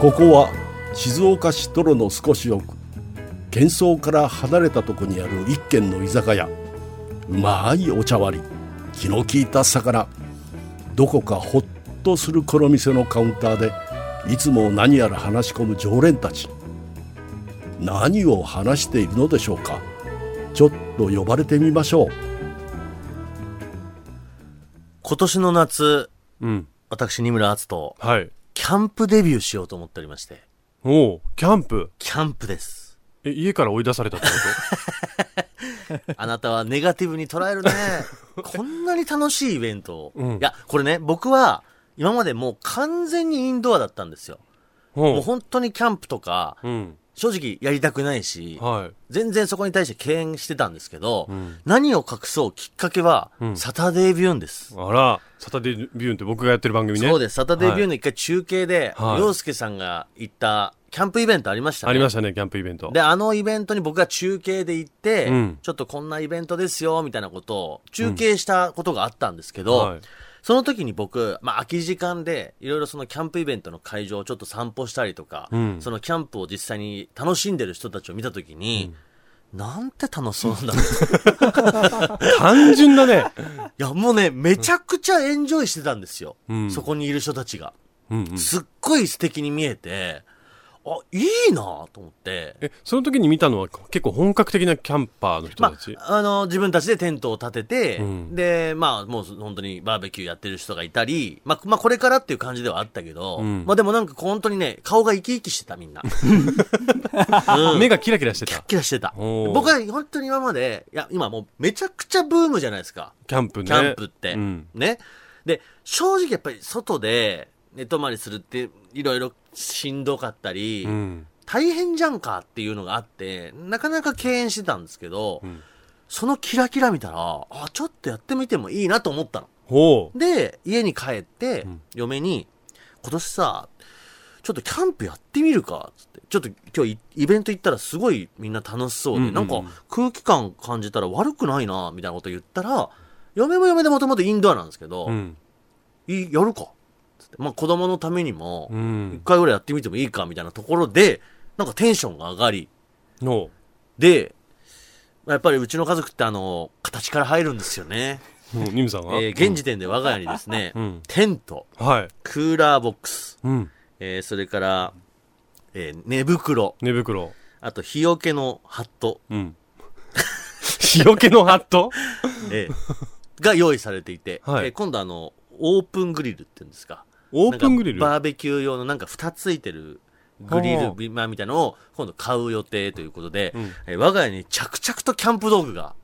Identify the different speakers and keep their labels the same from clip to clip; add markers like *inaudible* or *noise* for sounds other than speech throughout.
Speaker 1: ここは静岡市泥の少し奥喧騒から離れたとこにある一軒の居酒屋うまいお茶割り気の利いた魚どこかほっとするこの店のカウンターでいつも何やら話し込む常連たち何を話しているのでしょうかちょっと呼ばれてみましょう
Speaker 2: 今年の夏、
Speaker 3: うん。
Speaker 2: 私、二村篤と、
Speaker 3: はい。
Speaker 2: キャンプデビューしようと思っておりまして。
Speaker 3: おう、キャンプ。
Speaker 2: キャンプ
Speaker 3: *laughs*
Speaker 2: です。
Speaker 3: え、家から追い出されたってこ
Speaker 2: あなたはネガティブに捉えるね。こんなに楽しいイベントを。
Speaker 3: うん
Speaker 2: いや、これね、僕は、今までもう完全にインドアだったんですよ。
Speaker 3: と
Speaker 2: もう
Speaker 3: おう。
Speaker 2: 本当にキャンプとか、
Speaker 3: うん。
Speaker 2: 正直やりたくないし、
Speaker 3: は
Speaker 2: 全然そこに対して敬遠してたんですけど、
Speaker 3: ん
Speaker 2: 何を隠そうきっかけは、
Speaker 3: ん
Speaker 2: サタデービューンです
Speaker 3: い。。あら、サタデービューンって僕がやってる番組ね。
Speaker 2: そうです。サタデービューン
Speaker 3: ン。
Speaker 2: の一回中継で、
Speaker 3: はい
Speaker 2: 洋介さんが行ったキャンプイベントありましたね。
Speaker 3: ありましたね、キャンプイベント。
Speaker 2: で、あのイベントに僕が中継で行って、
Speaker 3: うん
Speaker 2: ちょっとこんなイベントですよ、みたいなことを中継したことがあったんですけど、
Speaker 3: はい。
Speaker 2: その時に僕、まあ、空き時間で、いろいろそのキャンプイベントの会場をちょっと散歩したりとか、
Speaker 3: うん
Speaker 2: そのキャンプを実際に楽しんでる人たちを見た時に、なんて楽しそうなんだろう。 *laughs*
Speaker 3: 単純だね。
Speaker 2: いや、もうね、めちゃくちゃエンジョイしてたんですよ。
Speaker 3: うん
Speaker 2: そこにいる人たちが。
Speaker 3: *laughs* うんうん。
Speaker 2: すっごい素敵に見えて、あ、いいなと思って。
Speaker 3: え、その時に見たのは結構本格的なキャンパーの人
Speaker 2: ま
Speaker 3: たち。
Speaker 2: あ、あの、自分たちでテントを立てて、
Speaker 3: うん
Speaker 2: で、まあ、もう本当にバーベキューやってる人がいたり、まあ、まあ、これからっていう感じではあったけど、
Speaker 3: うん
Speaker 2: まあでもなんか本当にね、顔が生き生きしてたみん
Speaker 3: *laughs*
Speaker 2: な。うん
Speaker 3: 目がキラキラしてた。
Speaker 2: キラしてた。
Speaker 3: おー
Speaker 2: 僕は本当に今まで、いや、今もうめちゃくちゃブームじゃないですか。
Speaker 3: キャンプね。
Speaker 2: キャンプって。
Speaker 3: うん。
Speaker 2: ね。で、正直やっぱり外で寝泊まりするって、いろいろしんどかったり、
Speaker 3: うん。
Speaker 2: 大変じゃんかっていうのがあって、なかなか敬遠してたんですけど、
Speaker 3: ん
Speaker 2: そのキラキラ見たら、あ、ちょっとやってみてもいいなと思ったの。
Speaker 3: ほう。
Speaker 2: で、家に帰って、嫁に、今年さ、ちょっとキャンプやってみるか、つって。ちょっと今日イイベント行ったらすごいみんな楽しそうで、
Speaker 3: うんうんうん
Speaker 2: なんか空気感感じたら悪くないな、みたいなこと言ったら、嫁も嫁でもともとインドアなんですけど、
Speaker 3: うん。
Speaker 2: いやるか、つって。まあ子供のためにも、
Speaker 3: う
Speaker 2: 一
Speaker 3: ん。
Speaker 2: 回ぐらいやってみてもいいかみたいなところで、なんかテンションが上がり、
Speaker 3: ほ
Speaker 2: で、まあやっぱりうちの家族ってあの、形から入るんですよね。
Speaker 3: う。うんニムさん
Speaker 2: え
Speaker 3: は
Speaker 2: ー現時点で我が家にですね、
Speaker 3: うん
Speaker 2: テント、
Speaker 3: うんはい。
Speaker 2: クーラーボックス、
Speaker 3: うん。
Speaker 2: えーそれから、えー寝袋、
Speaker 3: 寝袋。
Speaker 2: あと日よけのハット、
Speaker 3: うん。 *laughs* 日よけのハット
Speaker 2: えー
Speaker 3: *laughs*
Speaker 2: が用意されていて、
Speaker 3: はい
Speaker 2: えー今度あの、オープングリルって言うんですか。
Speaker 3: オープングリル
Speaker 2: なんかバーベキュー用のなんか蓋ついてるグリルビマみたいなのを今度買う予定ということで、
Speaker 3: ん
Speaker 2: えー我が家に着々とキャンプ道具が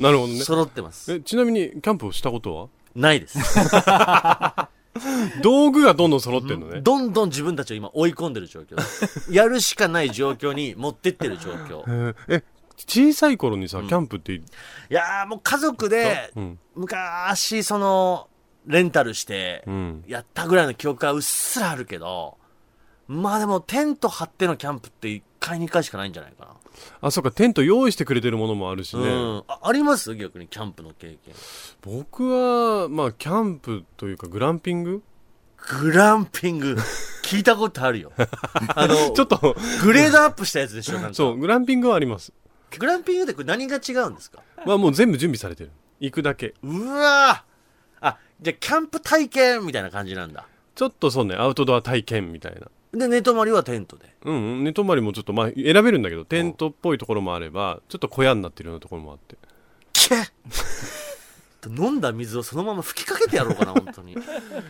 Speaker 3: なるほどね。
Speaker 2: 揃ってます。
Speaker 3: え、ちなみに、キャンプをしたことは
Speaker 2: ないです。
Speaker 3: 道具がどんどん揃ってるのね。
Speaker 2: どんどん自分たちを今追い込んでる状況 *laughs* です。やるしかない状況に持ってってる状況。
Speaker 3: えーえ、小さい頃にさ、キャンプって、
Speaker 2: いやーもう家族で
Speaker 3: うん、
Speaker 2: 昔その、レンタルして
Speaker 3: う、ん。
Speaker 2: やったぐらいの記憶はうっすらあるけど、まあでもテント張ってのキャンプって1回2回しかないんじゃないか
Speaker 3: あ、そうか、テント用意してくれてるものもあるし
Speaker 2: な。
Speaker 3: ね。
Speaker 2: うん。ああります逆にキャンプの経験。
Speaker 3: 僕は、まあ、キャンプというか、グランピング
Speaker 2: グランピング、聞いたことある *laughs* よ。あの、
Speaker 3: ちょっと、 *laughs*
Speaker 2: グレードアップしたやつでしょなんか
Speaker 3: そう、グランピングはあります。
Speaker 2: グランピングってこれ何が違うんですか
Speaker 3: まあ、もう全部準備されてる。行くだけ。
Speaker 2: うわーあ、じゃあキャンプ体験みたいな感じなんだ。
Speaker 3: ちょっとそうね、アウトドア体験みたいな。
Speaker 2: で、寝泊まりはテントで。
Speaker 3: うん、うん、寝泊まりもちょっと、まあ、選べるんだけど、テントっぽいところもあれば、ちょっと小屋になってるようなところもあって。
Speaker 2: けっ飲んだ水をそのまま吹きかけてやろうか *laughs* な、本当に。
Speaker 3: い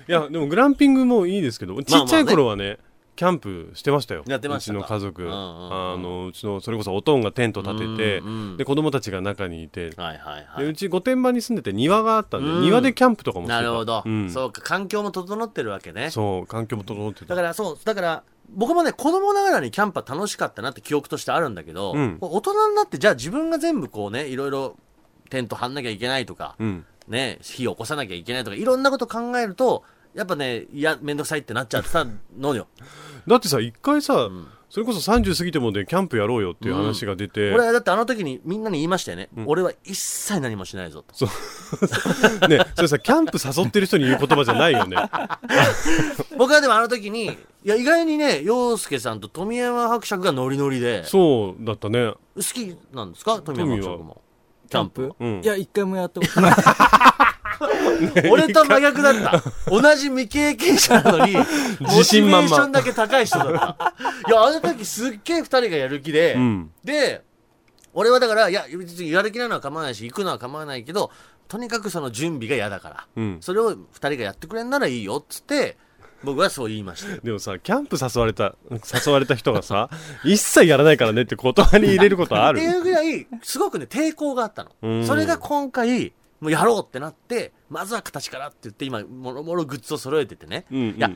Speaker 3: や、でもグランピングもいいですけど、ちっちゃい頃はね、キャンプしてましたよ。
Speaker 2: やってました
Speaker 3: う
Speaker 2: か
Speaker 3: ちの家族。
Speaker 2: うんうんうん
Speaker 3: あの、うちの、それこそおとんがテント立てて
Speaker 2: うんうん、
Speaker 3: で、子供たちが中にいて、
Speaker 2: はいはいは
Speaker 3: でう
Speaker 2: い。
Speaker 3: ち御殿場に住んでて庭があったんで、
Speaker 2: うん
Speaker 3: 庭でキャンプとかもしてた
Speaker 2: なるほど、
Speaker 3: うん
Speaker 2: そうか、環境も整ってるわけね。
Speaker 3: そう、環境も整って
Speaker 2: だ
Speaker 3: た。
Speaker 2: から、そう、だから、僕もね、子供ながらにキャンプは楽しかったなって記憶としてあるんだけど、
Speaker 3: うん
Speaker 2: こう大人になって、じゃあ自分が全部こうね、いろいろテント張んなきゃいけないとか、
Speaker 3: うん。
Speaker 2: ね、火を起こさなきゃいけないとか、いろんなこと考えると、やっぱね、いや、めんどくさいってなっちゃってたのよ。
Speaker 3: だってさ、一回さ、それこそ30過ぎてもねキャンプやろうよっていう話が出て、
Speaker 2: 俺はだってあの時にみんなに言いましたよね、俺は一切何もしないぞと
Speaker 3: ねそれさキャンプ誘ってる人に言う言葉じゃな
Speaker 2: *laughs*
Speaker 3: いよね
Speaker 2: 僕はでもあの時にいや意外にね陽介さんと富山伯爵がノリノリで
Speaker 3: そうだったね
Speaker 2: 好きなんですか富山伯爵もキャンプ
Speaker 3: うん
Speaker 4: いや、一回もやったことない。
Speaker 2: *laughs* 俺と真逆だった同じ未経験者なのに
Speaker 3: *laughs* 自信満々
Speaker 2: モチベーションだけ高い人だったいやあの時すっげえ2人がやる気で、
Speaker 3: うん
Speaker 2: で俺はだからいや別にやる気なのは構わないし行くのは構わないけどとにかくその準備が嫌だから、
Speaker 3: うん
Speaker 2: それを2人がやってくれんならいいよっつって僕はそう言いましたよ
Speaker 3: でもさキャンプ誘われた誘われた人が
Speaker 2: *laughs*
Speaker 3: さ一切やらないからねって言葉に入れることあ
Speaker 2: っ
Speaker 3: る
Speaker 2: ていうぐらいすごくね抵抗があった
Speaker 3: うん
Speaker 2: のそれが今回もうやろうってなってまずは形からって言って今もろもろグッズを揃えててね、
Speaker 3: うんう
Speaker 2: い
Speaker 3: ん
Speaker 2: や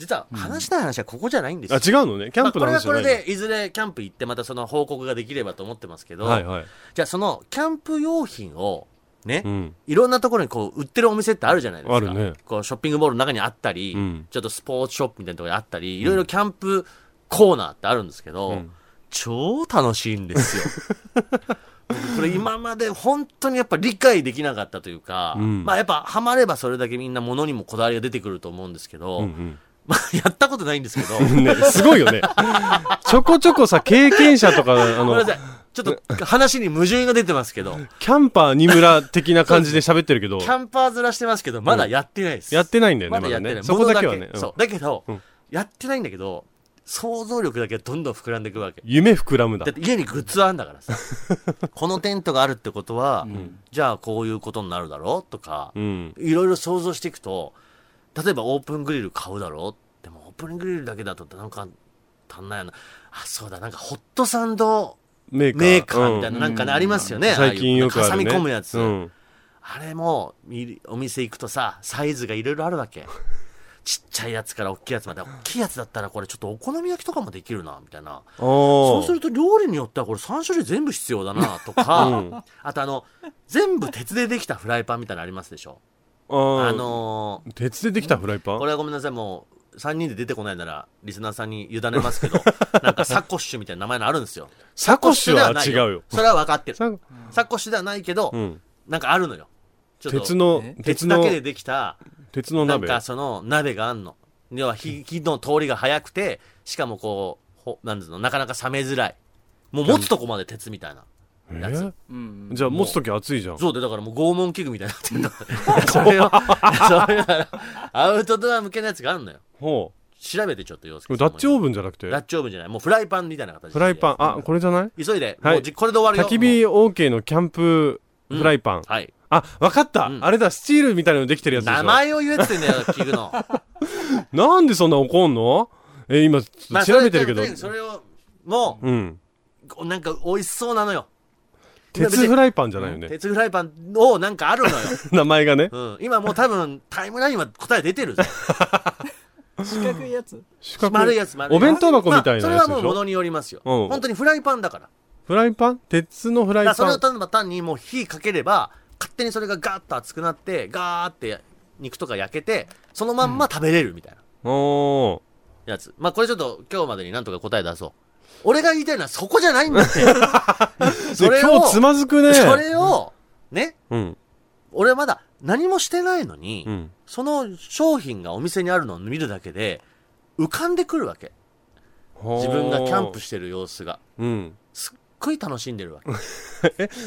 Speaker 2: 実は話したい話はここじゃないんです
Speaker 3: あ
Speaker 2: よ、
Speaker 3: 違うのねキャンプの話じゃ
Speaker 2: まあ
Speaker 3: ない
Speaker 2: これはこれでいずれキャンプ行ってまたその報告ができればと思ってますけど、
Speaker 3: はいはい、
Speaker 2: じゃあそのキャンプ用品をね、
Speaker 3: うん、
Speaker 2: いろんなところにこう売ってるお店ってあるじゃないですか。
Speaker 3: あるね
Speaker 2: こうショッピングモールの中にあったり、
Speaker 3: うん
Speaker 2: ちょっとスポーツショップみたいなところにあったり、いろいろキャンプコーナーってあるんですけど、
Speaker 3: うん
Speaker 2: 超楽しいんですよ。
Speaker 3: *laughs*
Speaker 2: 僕これ今まで本当にやっぱ理解できなかったというか、
Speaker 3: うん
Speaker 2: まあやっぱハマればそれだけみんな物にもこだわりが出てくると思うんですけど、
Speaker 3: うん
Speaker 2: まあ *laughs* やったことないんですけど、
Speaker 3: *laughs* うんね、すごいよねちょこちょこさ経験者とか
Speaker 2: ごめ
Speaker 3: あ
Speaker 2: ん
Speaker 3: の
Speaker 2: なさい。ちょっ
Speaker 3: *laughs*
Speaker 2: と話に矛盾が出てますけど、
Speaker 3: キャンパー二村的な感じで喋ってるけど
Speaker 2: キャンパーずらしてますけど、まだやってないです。
Speaker 3: やってないんだよね
Speaker 2: まだやってない。
Speaker 3: ねそこだけは
Speaker 2: 物
Speaker 3: ね、うん
Speaker 2: そう。だけど、
Speaker 3: うん
Speaker 2: やってないんだけど、想像力だけはどんどん膨らんでいくわけ。
Speaker 3: 夢膨らむだ
Speaker 2: だって家にグッズあんだ
Speaker 3: *laughs*
Speaker 2: からさ。このテントがあるってことは、じゃあこういうことになるだろうとか
Speaker 3: う、ん
Speaker 2: いろいろ想像していくと、例えばオープングリル買うだろうでもオープングリルだけだとなんか足んないよな。あ、そうだ、なんかホットサンド
Speaker 3: メーカー
Speaker 2: メーカーみたいな、
Speaker 3: うん
Speaker 2: なんかね、ありますよね。
Speaker 3: 最近よくある、ね、
Speaker 2: 挟み込むやつ。
Speaker 3: うん
Speaker 2: あれも、みお店行くとさ、サイズがいろいろあるわ
Speaker 3: *laughs*
Speaker 2: け。ちっちゃいやつから大きいやつまで、大きいやつだったらこれちょっとお好み焼きとかもできるな、みたいな。そ
Speaker 3: そう
Speaker 2: すると料理によってはこれ3種類全部必要だな、とか、
Speaker 3: うん
Speaker 2: *laughs* あとあの、全部鉄でできたフライパンみたいなのありますでしょ。あ
Speaker 3: あ
Speaker 2: の
Speaker 3: の
Speaker 2: ー
Speaker 3: 鉄でできたフライパン
Speaker 2: これはごめんなさい、もう、3人で出てこないなら、リスナーさんに委ねます
Speaker 3: *laughs*
Speaker 2: けど、なんかサコッシュみたいな名前のあるんですよ。
Speaker 3: サコッシュは違うよ
Speaker 2: それは分かってる。
Speaker 3: サ
Speaker 2: サコッシュではないけど、
Speaker 3: うん、
Speaker 2: なんかあるのよ。ちょっと
Speaker 3: 鉄の
Speaker 4: え
Speaker 3: 鉄
Speaker 2: 鉄
Speaker 3: の
Speaker 2: だけでできた、
Speaker 3: 鉄の
Speaker 2: なん
Speaker 3: 鍋
Speaker 2: かその鍋があんの。要は火火の通りが早くて、しかもこう、ほなんつうの、なかなか冷めづらい。もう持つとこまで鉄みたいな。
Speaker 3: え
Speaker 2: やつ
Speaker 3: ー
Speaker 4: うん。
Speaker 3: じゃあ持つ時熱いじゃん
Speaker 2: そうで、だからもう拷問器具みたいになってんの。いや *laughs* それを、いやそれはアウトドア向けのやつがあるのよ。
Speaker 3: ほ
Speaker 2: 調べてちょっと様子
Speaker 3: うこれダッチオー
Speaker 2: ブ
Speaker 3: ブンじゃなくて
Speaker 2: ダッチオーブンじゃない。もうフライパンみたいな形
Speaker 3: フライパンあこれじゃない
Speaker 2: ン。急いで、
Speaker 3: はい
Speaker 2: もうじこれで終わるよ。
Speaker 3: 焚き火 OK のキャンプフライパン、
Speaker 2: もうはい。
Speaker 3: あわかった、
Speaker 2: うん
Speaker 3: あれだスチールみたいなのできてるやつでし
Speaker 2: 名
Speaker 3: ょ
Speaker 2: 前を言えって言うんだよ、器具
Speaker 3: *laughs*
Speaker 2: の。
Speaker 3: なんでそんな怒んのえー今ちょっと調べてるけど、
Speaker 2: まあそれそれを、も
Speaker 3: うん
Speaker 2: う、なんか美味しそうなのよ。
Speaker 3: 鉄フライパンじゃないよね、
Speaker 2: 鉄フライパンをなんかある
Speaker 3: *laughs*
Speaker 2: のよ。
Speaker 3: 名前がね
Speaker 2: うん、今もう多分タイムラインは答え出てる
Speaker 3: *laughs*
Speaker 2: ぜ
Speaker 4: 四角いやつ。
Speaker 3: 四角
Speaker 2: 丸いやつ丸いやつ
Speaker 3: お弁当箱みたいなや
Speaker 2: まあそれは
Speaker 3: つで
Speaker 2: もう
Speaker 3: しょ、
Speaker 2: ものによりますよ、
Speaker 3: うん
Speaker 2: 本当にフライパンだから
Speaker 3: フライパン鉄のフラ
Speaker 2: だ
Speaker 3: イ
Speaker 2: か
Speaker 3: パ
Speaker 2: ら
Speaker 3: ン
Speaker 2: それをただ単にもう火かければ勝手にそれがガーッと熱くなってガーって肉とか焼けてそのまんま食べれるみたいな
Speaker 3: お
Speaker 2: やつ、まあこれちょっと今日までになんとか答え出そう俺が言いたいのはそこじゃないんだって
Speaker 3: *laughs* ー
Speaker 2: そ
Speaker 3: で
Speaker 2: れを
Speaker 3: 今日つまずくね
Speaker 2: それをね
Speaker 3: うん
Speaker 2: 俺はまだ何もしてないのに、
Speaker 3: うん
Speaker 2: その商品がお店にあるのを見るだけで浮かんでくるわけ *laughs* 自分がキャンプ
Speaker 3: し、
Speaker 2: してる様子が
Speaker 3: うん、
Speaker 2: すっごい楽しんでるわけ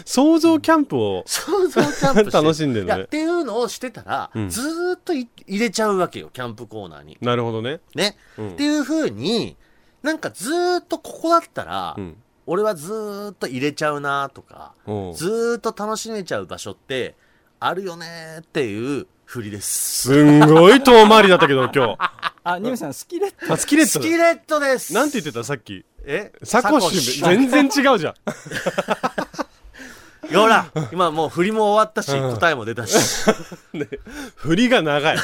Speaker 3: 想像キャンプを
Speaker 2: 想像キャンプして
Speaker 3: *laughs* 楽しんでるね
Speaker 2: いやっていうのをしてたら、
Speaker 3: うん
Speaker 2: ずーっとい入れちゃうわけよキャンプコーナーに
Speaker 3: なるほどね、
Speaker 2: ね、
Speaker 3: うん
Speaker 2: っていうふうになんかずーっとここだったら、
Speaker 3: うん、
Speaker 2: 俺はずーっと入れちゃうなとか
Speaker 3: おう
Speaker 2: ずーっと楽しめちゃう場所ってあるよねーっていう振りです
Speaker 3: すんごい遠回りだったけど今日あ
Speaker 4: あ、ニムさん好きだった。
Speaker 3: スキレッ
Speaker 2: ス
Speaker 3: ト
Speaker 2: キレットです
Speaker 3: なんて言ってたさっき
Speaker 2: え
Speaker 3: サコッシュ全然違うじゃん
Speaker 2: ほら今もう振りも終わったし、答えも出たし
Speaker 3: 振り
Speaker 2: *laughs*
Speaker 3: が長い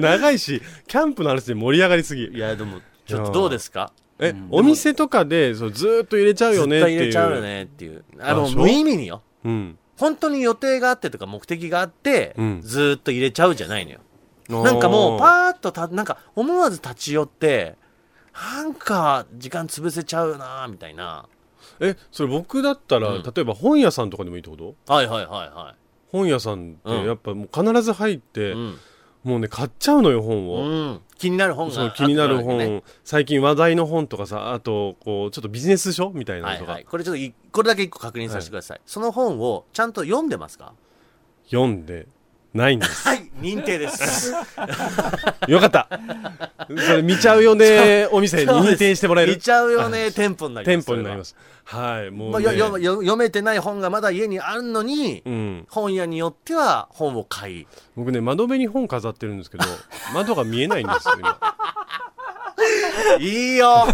Speaker 3: 長いしキャンプの話で盛り上がりすぎ
Speaker 2: いやでもちょっとどうですか
Speaker 3: え、お店とかでそうずーっと入れちゃうよね
Speaker 2: 絶
Speaker 3: っ
Speaker 2: 対
Speaker 3: ていう
Speaker 2: 入れちゃうよねっていう。あの、
Speaker 3: あそう
Speaker 2: 無意味によ。
Speaker 3: うん
Speaker 2: 本当に予定があってとか目的があって、
Speaker 3: うん
Speaker 2: ずーっと入れちゃうじゃないのよ。なんかもう、パーッとた、なんか思わず立ち寄って、なんか時間潰せちゃうなみたいな
Speaker 3: えそれ僕だったら、
Speaker 2: うん
Speaker 3: 例えば本屋さんとかでもいいってこと
Speaker 2: はいはいはいは
Speaker 3: 本屋さんって
Speaker 2: うん
Speaker 3: やっぱもう必ず入って、
Speaker 2: いうん、
Speaker 3: もうね買っちゃうのよ本を、
Speaker 2: うん、気になる本が
Speaker 3: その気になる
Speaker 2: あった
Speaker 3: 本、
Speaker 2: らね
Speaker 3: 最近話題の本とかさあとこうちょっとビジネス書みたいな
Speaker 2: は
Speaker 3: の
Speaker 2: い
Speaker 3: とか、
Speaker 2: はい、これちょっといこれだけ一個確認させてください、その本をちゃんと読んでますか
Speaker 3: 読んでないんです
Speaker 2: はい認定です
Speaker 3: よかったそれ見ちゃうよねお店に認定してもらえ
Speaker 2: 見
Speaker 3: る
Speaker 2: ちゃうよね店舗になり
Speaker 3: 店
Speaker 2: ます、
Speaker 3: 舗になりますすはいもう、ね
Speaker 2: まあ、よよよ読めてない本がまだ家にあるのに、
Speaker 3: うん、
Speaker 2: 本屋によっては本を買い
Speaker 3: 僕ね窓辺に本飾ってるんですけど *laughs* 窓が見えないんですよ
Speaker 2: *laughs*
Speaker 3: 今
Speaker 2: いい
Speaker 3: *laughs*
Speaker 2: よ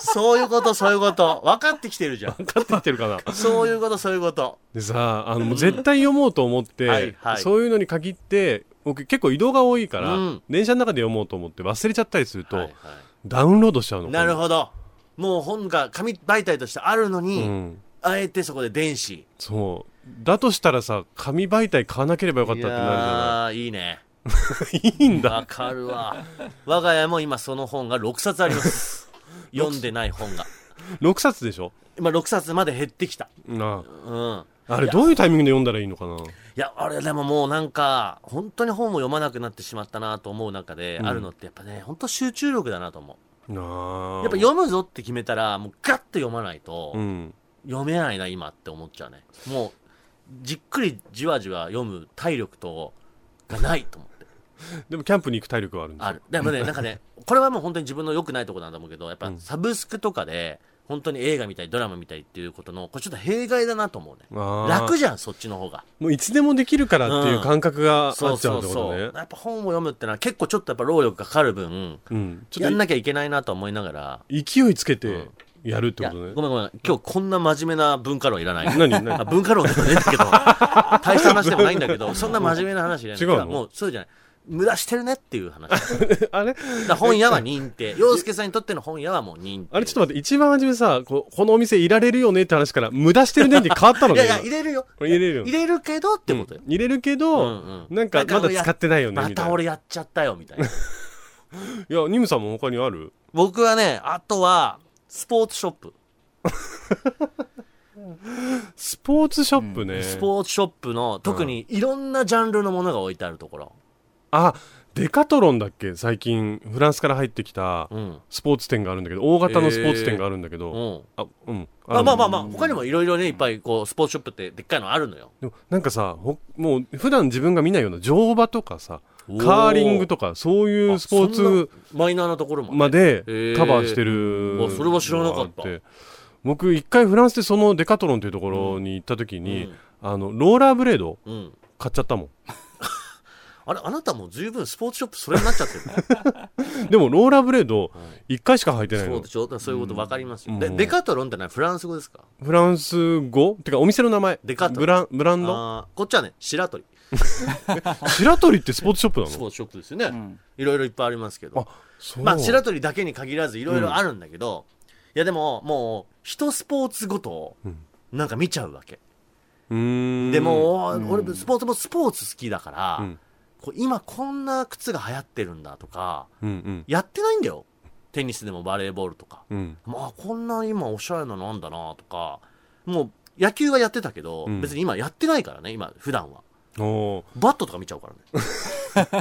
Speaker 2: そういうことそういうこと分かってきてるじゃん
Speaker 3: 買ってきてるかな
Speaker 2: そういうことそういうこと
Speaker 3: でさあのもう絶対読もうと思って、
Speaker 2: はいはい
Speaker 3: そういうのに限って僕結構移動が多いから、
Speaker 2: うん
Speaker 3: 電車の中で読もうと思って忘れちゃったりすると、
Speaker 2: はいはい
Speaker 3: ダウンロードしちゃうの
Speaker 2: なる
Speaker 3: ほ
Speaker 2: ほどもう本が紙媒体としてあるのに、
Speaker 3: うん、
Speaker 2: あえてそこで電子
Speaker 3: そうだとしたらさ紙媒体買わなければよかったってなるじゃ
Speaker 2: いやーいいね
Speaker 3: ないいいんだ
Speaker 2: わかるわ我が家も今その本が6冊あります読んでない本が
Speaker 3: 6冊でしょ
Speaker 2: 今6冊まで減ってきた
Speaker 3: な
Speaker 2: うん
Speaker 3: ああれどういうタイミングで読んだらいいのかない
Speaker 2: やあれでももうなんか本当に本を読まなくなってしまったなと思う中で、あるのってやっぱね本当集中力だなと思
Speaker 3: なあ
Speaker 2: うやっぱ読むぞって決めたらもうガッと読まないと、
Speaker 3: うん
Speaker 2: 読めないな今って思っちゃうねもうじっくりじわじわ読む体力とがないと思って
Speaker 3: でもキャンプに行く体力はあるんですよ
Speaker 2: ある。でもね、なんかね、これはもう本当に自分の良くないところなんだと思うけど、やっぱサブスクとかで、本当に映画見たりドラマ見たりっていうことの、これちょっと弊害だなと思うね。
Speaker 3: あー
Speaker 2: 楽じゃん、そっちの方が。
Speaker 3: もういつでもできるからっていう感覚があっちゃ
Speaker 2: そううそ
Speaker 3: っ
Speaker 2: う
Speaker 3: てこと
Speaker 2: そう。
Speaker 3: ね、
Speaker 2: やっぱ本を読むってのは結構ちょっとやっぱ労力がかかる分、
Speaker 3: うん、ちょ
Speaker 2: や
Speaker 3: っ
Speaker 2: ん
Speaker 3: と
Speaker 2: なきゃいけないなと思いながら、
Speaker 3: 勢いつけてやるってこ
Speaker 2: い
Speaker 3: と
Speaker 2: や
Speaker 3: ね、
Speaker 2: ごめんごめん、今日こんな真面目な文化論いらない。
Speaker 3: 何何
Speaker 2: あ文化論でもねえんだ
Speaker 3: *laughs*
Speaker 2: けど、大した話でもないんだけど、そんな真面目な話いらない。
Speaker 3: 違うの
Speaker 2: だからもうそうじゃない。無駄してるねっていう話。だか
Speaker 3: あれ
Speaker 2: ら本屋は認
Speaker 3: *laughs*
Speaker 2: 定。洋介さんにとっての本屋はもう認定。
Speaker 3: あれちょっと待って、一番初めさ、ここのお店いられるよねって話から、無駄してるねって変わったの
Speaker 2: いや
Speaker 3: ね。
Speaker 2: いや、
Speaker 3: 今
Speaker 2: 入れるよ。
Speaker 3: これ入れるよ
Speaker 2: 入れるけどってことよ
Speaker 3: う。ん入れるけど、
Speaker 2: うんうん
Speaker 3: なんかまだ使ってないよね、
Speaker 2: ま
Speaker 3: みたい
Speaker 2: た
Speaker 3: な。
Speaker 2: 俺やっちゃったよ、みたいな。
Speaker 3: いや、ニムさんも他にある
Speaker 2: 僕はね、あとは、スポーツショップ。
Speaker 3: スポーツショップね。
Speaker 2: スポーツショップの、特にいろんなジャンルのものが置いてあるところ。
Speaker 3: あ、デカトロンだっけ最近、フランスから入ってきた
Speaker 2: うん。
Speaker 3: スポーツ店があるんだけど、大型のスポーツ店があるんだけ
Speaker 2: う
Speaker 3: ど、
Speaker 2: ん。
Speaker 3: あ、うん。
Speaker 2: まあ
Speaker 3: る
Speaker 2: まあまあまあ、他にもいろいろね、いっぱい、こう、スポーツショップってでっかいのあるのよ。
Speaker 3: でもなんかさ、ほもう普段自分が見ないような乗馬とかさ、カーリングとか、そういうスポー
Speaker 2: あそんな
Speaker 3: ツ
Speaker 2: マイナーなところもね
Speaker 3: まで
Speaker 2: へー
Speaker 3: カバーしてる、
Speaker 2: あそれは知らなかった
Speaker 3: 僕一回フランスでそのデカトロンというところに行った時に、
Speaker 2: うん
Speaker 3: あのローラーブレード
Speaker 2: うん
Speaker 3: 買っちゃったも
Speaker 2: あれあなたもう十分スポーツショップそれになっちゃってる
Speaker 3: んでもローラーブレード一回しか履いてない
Speaker 2: そう
Speaker 3: の
Speaker 2: でしょそういうこと分かりますよ、
Speaker 3: うん
Speaker 2: でデカトロンってのはフランス語ですか
Speaker 3: フランス語てかお店の名前
Speaker 2: デカトロン
Speaker 3: ブランブランド
Speaker 2: あーこっちはね白鳥
Speaker 3: 白鳥ってスポーツショップ
Speaker 2: *laughs*
Speaker 3: な
Speaker 2: ス
Speaker 3: の
Speaker 2: ポーツショップですよね、
Speaker 4: ん
Speaker 2: いろいろいっぱいありますけど
Speaker 3: あそう、
Speaker 2: まあ白鳥だけに限らずいろいろあるんだけど、いやでももう一スポーツごと
Speaker 3: うん
Speaker 2: なんか見ちゃうわけ、
Speaker 3: うーん
Speaker 2: でも、
Speaker 4: ん
Speaker 2: 俺スポーツもスポーツ好きだから、
Speaker 3: うん
Speaker 2: こう今こんな靴が流行ってるんだとか
Speaker 3: うんうん
Speaker 2: やってないんだよテニスでもバレーボールとか
Speaker 3: うん
Speaker 2: まあこんな今おしゃれななんだなとかもう野球はやってたけど、
Speaker 3: うん
Speaker 2: 別に今やってないからね今普段は
Speaker 3: おー
Speaker 2: バットとか見ちゃうか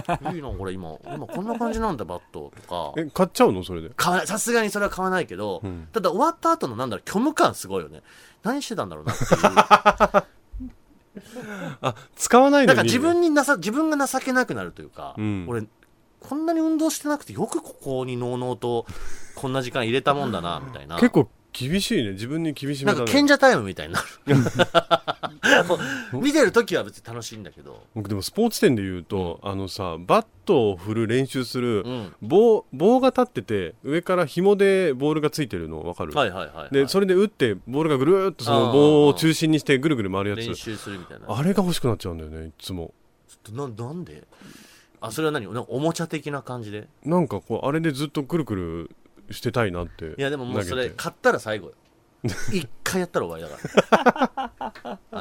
Speaker 2: ら
Speaker 3: *laughs*
Speaker 2: ねいいなこれ今今こんな感じなんだバットとか
Speaker 3: え買っちゃうのそれで
Speaker 2: 買わないさすがにそれは買わないけど、
Speaker 3: うん
Speaker 2: ただ終わった後のなんだろう虚無感すごいよね何してたんだろ
Speaker 3: *laughs*
Speaker 2: うなっていう
Speaker 3: あ使わない
Speaker 2: な
Speaker 3: のに
Speaker 2: んか自分になさ自分が情けなくなるというか、
Speaker 3: うん
Speaker 2: 俺こんなに運動してなくてよくここにのうのうとこんな時間入れたもんだなみたいな
Speaker 3: 結構厳しいね自分に厳しめ
Speaker 2: な
Speaker 3: だ
Speaker 2: ん
Speaker 3: ね
Speaker 2: か賢者タイムみたいにな
Speaker 3: *laughs*
Speaker 2: るもう見てる時は別に楽しいんだけど
Speaker 3: 僕でもスポーツ店で言うと、あのさバットを振る練習する、
Speaker 2: うん
Speaker 3: 棒棒が立ってて上から紐でボールがついてるの分かる、
Speaker 2: はいはいはい、はい、
Speaker 3: でそれで打ってボールがぐるーっとその棒を中心にしてぐるぐる回るや
Speaker 2: 練
Speaker 3: つ
Speaker 2: 習するみたいな
Speaker 3: あれが欲しくなっちゃうんだよねいつも
Speaker 2: ちょっとななんであそれは何なんかおもちゃ的な感じで
Speaker 3: なんかこうあれでずっとくるくるしてたいなってい
Speaker 2: いやでももうそれ買ったら最後よ一回やったら終わりだから。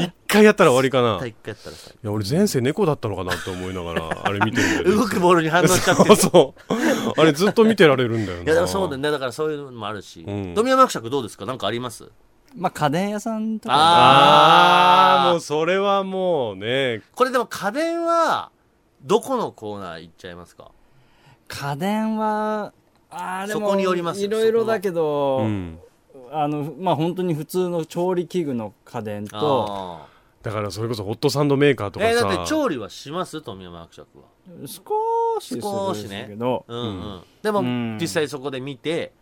Speaker 3: 一回やったら終わりかな。
Speaker 2: あ
Speaker 3: い
Speaker 2: 一回やったら最
Speaker 3: や、俺前世猫だったのかなって思いながら、あれ見てるん
Speaker 2: 後。
Speaker 3: だよ
Speaker 2: 動
Speaker 3: ね
Speaker 2: くボールに反応しちゃってる
Speaker 3: *laughs* そうそう。あれずっと見てられるんだよな。
Speaker 2: いやでもそうだよねだからそういうのもあるし、
Speaker 3: うん
Speaker 2: 富山伯爵どうですかなんかあります
Speaker 4: まあ家電屋さんとか
Speaker 3: あ
Speaker 2: あ
Speaker 3: ー
Speaker 2: ー
Speaker 3: もうそれはもうね、
Speaker 2: これでも家電はどこのコーナー行っちゃいますか
Speaker 4: 家電はあーでも
Speaker 2: そこによりますよ
Speaker 4: いろいろだけど、
Speaker 3: うん。
Speaker 4: あのまあ本当に普通の調理器具の家電と
Speaker 2: あー
Speaker 3: だからそれこそホットサンドメーカーとかさ。
Speaker 2: えーだって調理はします富山伯爵は
Speaker 4: 少しするんですけど、
Speaker 2: うんうん、でも、
Speaker 4: うん
Speaker 2: 実際そこで見て、